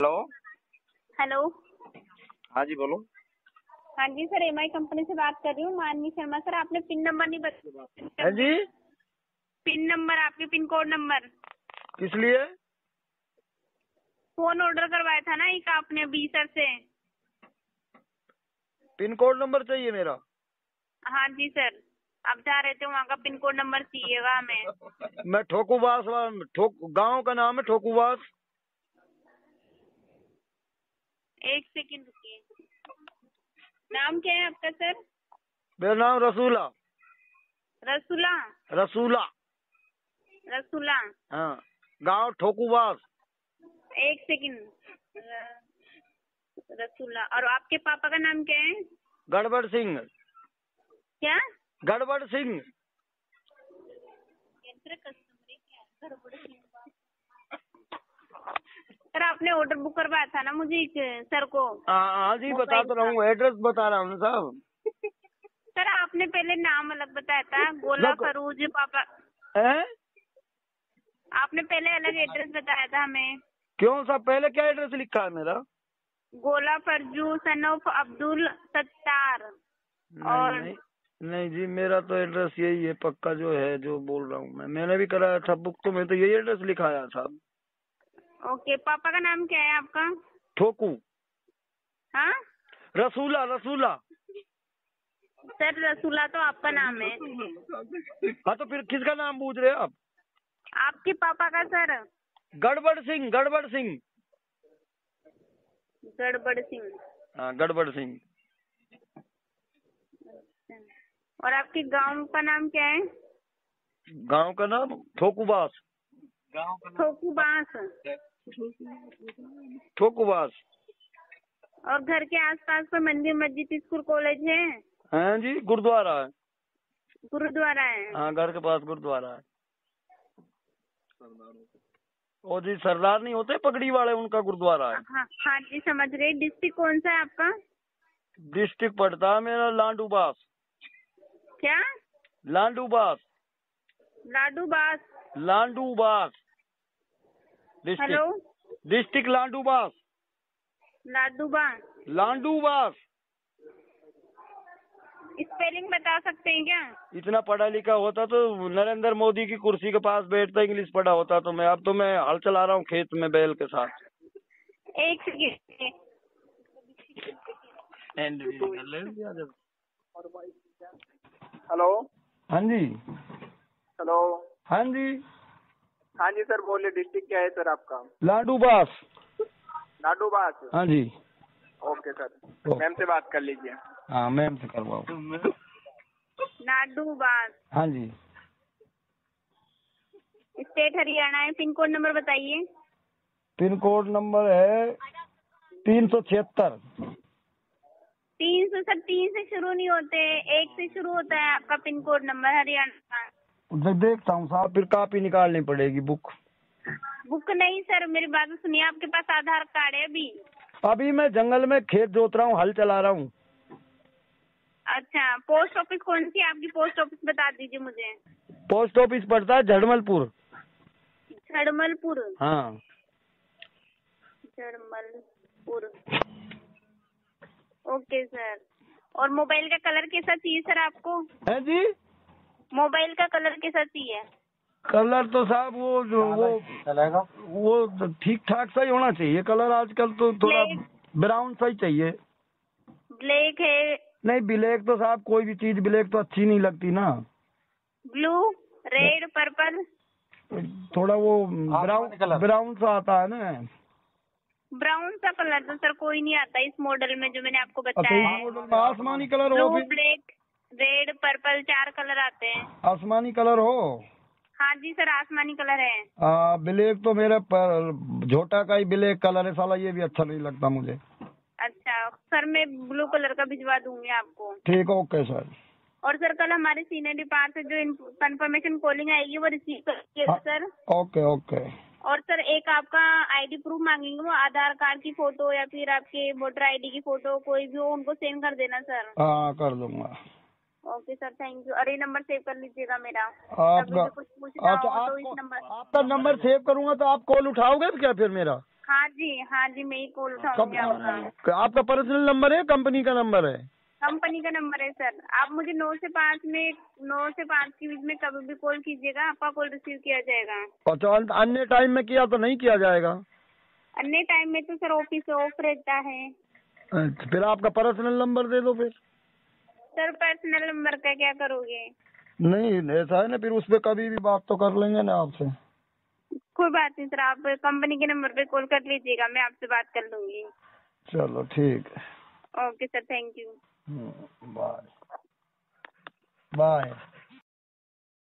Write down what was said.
Hello hello हाँ जी बोलो हाँ जी सर एम आई कंपनी से बात कर रही हूँ माननी शर्मा सर आपने पिन नंबर नहीं हाँ बताया जी पिन नंबर आपके पिन कोड नंबर किस लिए फोन ऑर्डर करवाया था ना एक आपने बी सर से पिन कोड नंबर चाहिए मेरा हाँ जी सर आप जा रहे थे वहाँ का पिन कोड नंबर चाहिएगा हमें मैं ठोकूवास वा- ठोक गांव का नाम है ठोकूवास एक सेकंड रुकिए नाम क्या है आपका सर मेरा नाम रसूला रसूला रसूला रसूला हाँ गांव ठोकूवास एक सेकंड र- रसूला और आपके पापा का नाम क्या है गड़बड़ सिंह क्या गड़बड़ सिंह सर आपने ऑर्डर बुक करवाया था ना मुझे एक सर को हाँ हाँ जी बता तो रहा हूँ एड्रेस बता रहा हूँ ना साहब सर आपने पहले नाम अलग बताया था गोला लग- फरूज पापा हैं आपने पहले अलग एड्रेस बताया था हमें क्यों साहब पहले क्या एड्रेस लिखा है मेरा गोला फरजू सन ऑफ अब्दुल सत्तार नहीं और- नहीं नहीं जी मेरा तो एड्रेस यही है पक्का जो है जो बोल रहा हूँ मैं मैंने भी कराया था बुक तो मैंने तो यही एड्रेस लिखाया था ओके पापा का नाम क्या है आपका ठोकू हाँ रसूला रसूला सर रसूला तो आपका नाम है हाँ तो फिर किसका नाम पूछ रहे हैं आप आपके पापा का सर गड़बड़ सिंह गड़बड़ सिंह गड़बड़ सिंह हाँ गड़बड़ सिंह और आपके गांव का नाम क्या है गांव का नाम ठोकुबास ठोकू बांस ठोकुबास और घर के आसपास पर मंदिर मस्जिद स्कूल कॉलेज है हाँ जी गुरुद्वारा है गुरुद्वारा है हाँ घर के पास गुरुद्वारा है ओ जी सरदार नहीं होते पगड़ी वाले उनका गुरुद्वारा है हाँ हाँ जी समझ गई डिस्ट्रिक्ट कौन सा है आपका डिस्ट्रिक्ट पड़ता है मेरा लांडूबास क्या Landubas Ladu Bas Landubas hello district district Landubas Ladu Bas Landubas spelling बता सकते हैं क्या इतना पढ़ा लिखा होता तो नरेंद्र मोदी की कुर्सी के पास बैठता इंग्लिश पढ़ा होता तो मैं अब तो मैं हल चला रहा हूँ खेत में बैल के साथ एक सेकेंड हेलो हाँ जी हेलो हाँ जी हाँ जी सर बोलिए डिस्ट्रिक्ट क्या है सर आपका लाडूबास नाडूबास हाँ जी ओके सर मैम से बात कर लीजिए हाँ मैम से करवाओ लाडू बास हाँ जी स्टेट हरियाणा है पिन कोड नंबर बताइए पिन कोड नंबर है तीन सौ छिहत्तर तीन सौ सर तीन से शुरू नहीं होते एक से शुरू होता है आपका पिन कोड नंबर हरियाणा देखता हूँ साहब फिर कापी निकालनी पड़ेगी बुक का बुक नहीं सर मेरी बात तो सुनिए आपके पास आधार कार्ड है अभी अभी मैं जंगल में खेत जोत रहा हूँ हल चला रहा हूँ अच्छा पोस्ट ऑफिस कौन सी है आपकी पोस्ट ऑफिस बता दीजिए मुझे पोस्ट ऑफिस पड़ता है झड़मलपुर झड़मलपुर हाँ झड़मलपुर ओके सर और मोबाइल का कलर कैसा चाहिए सर आपको है जी मोबाइल का कलर कैसा चाहिए कलर तो साहब वो जो वो वो ठीक ठाक सा ही होना चाहिए कलर आजकल तो थोड़ा Black. ब्राउन सा ही चाहिए ब्लैक है नहीं ब्लैक तो साहब कोई भी चीज ब्लैक तो अच्छी नहीं लगती ना ब्लू रेड पर्पल थोड़ा वो ब्राउन ब्राउन सा आता है ना ब्राउन सा कलर तो सर कोई नहीं आता इस मॉडल में जो मैंने आपको और तो बताया इस है मॉडल में आसमानी कलर हो ब्लू भी ब्लैक रेड पर्पल चार कलर आते हैं आसमानी कलर हो हाँ जी सर आसमानी कलर है आ, ब्लैक तो मेरा पर झोटा का ही ब्लैक कलर है साला ये भी अच्छा नहीं लगता मुझे अच्छा सर मैं ब्लू कलर का भिजवा दूंगी आपको ठीक ओके सर और सर कल हमारे सीनियर पार से जो कंफर्मेशन कॉलिंग आएगी वो रिसीव करिएगा हाँ। सर ओके ओके और सर एक आपका आईडी प्रूफ मांगेंगे वो आधार कार्ड की फोटो या फिर आपके वोटर आईडी की फोटो कोई भी हो उनको सेंड कर देना सर हाँ कर दूंगा ओके सर थैंक यू और ये नंबर सेव कर लीजिएगा मेरा कभी आपका भी कुछ पूछना अच्छा हो तो आपको इस नंबर आपका नंबर सेव करूंगा तो आप कॉल उठाओगे क्या फिर मेरा हाँ जी हाँ जी मैं ही कॉल कब उठाऊंगी आपका आपका पर्सनल नंबर है कंपनी का नंबर है कंपनी का नंबर है सर आप मुझे नौ से पाँच में नौ से पाँच के बीच में कभी भी कॉल कीजिएगा आपका कॉल रिसीव किया जाएगा अच्छा अन- अन्य टाइम में किया तो नहीं किया जाएगा अन्य टाइम में तो सर ऑफिस ऑफ रहता है अच्छा, फिर आपका पर्सनल नंबर दे दो फिर सर पर्सनल नंबर का क्या करोगे नहीं ऐसा है ना फिर उस पर कभी भी बात तो कर लेंगे ना आपसे कोई बात नहीं सर आप कंपनी के नंबर पे कॉल कर लीजिएगा मैं आपसे बात कर लूंगी चलो ठीक है okay sir thank you hmm, bye bye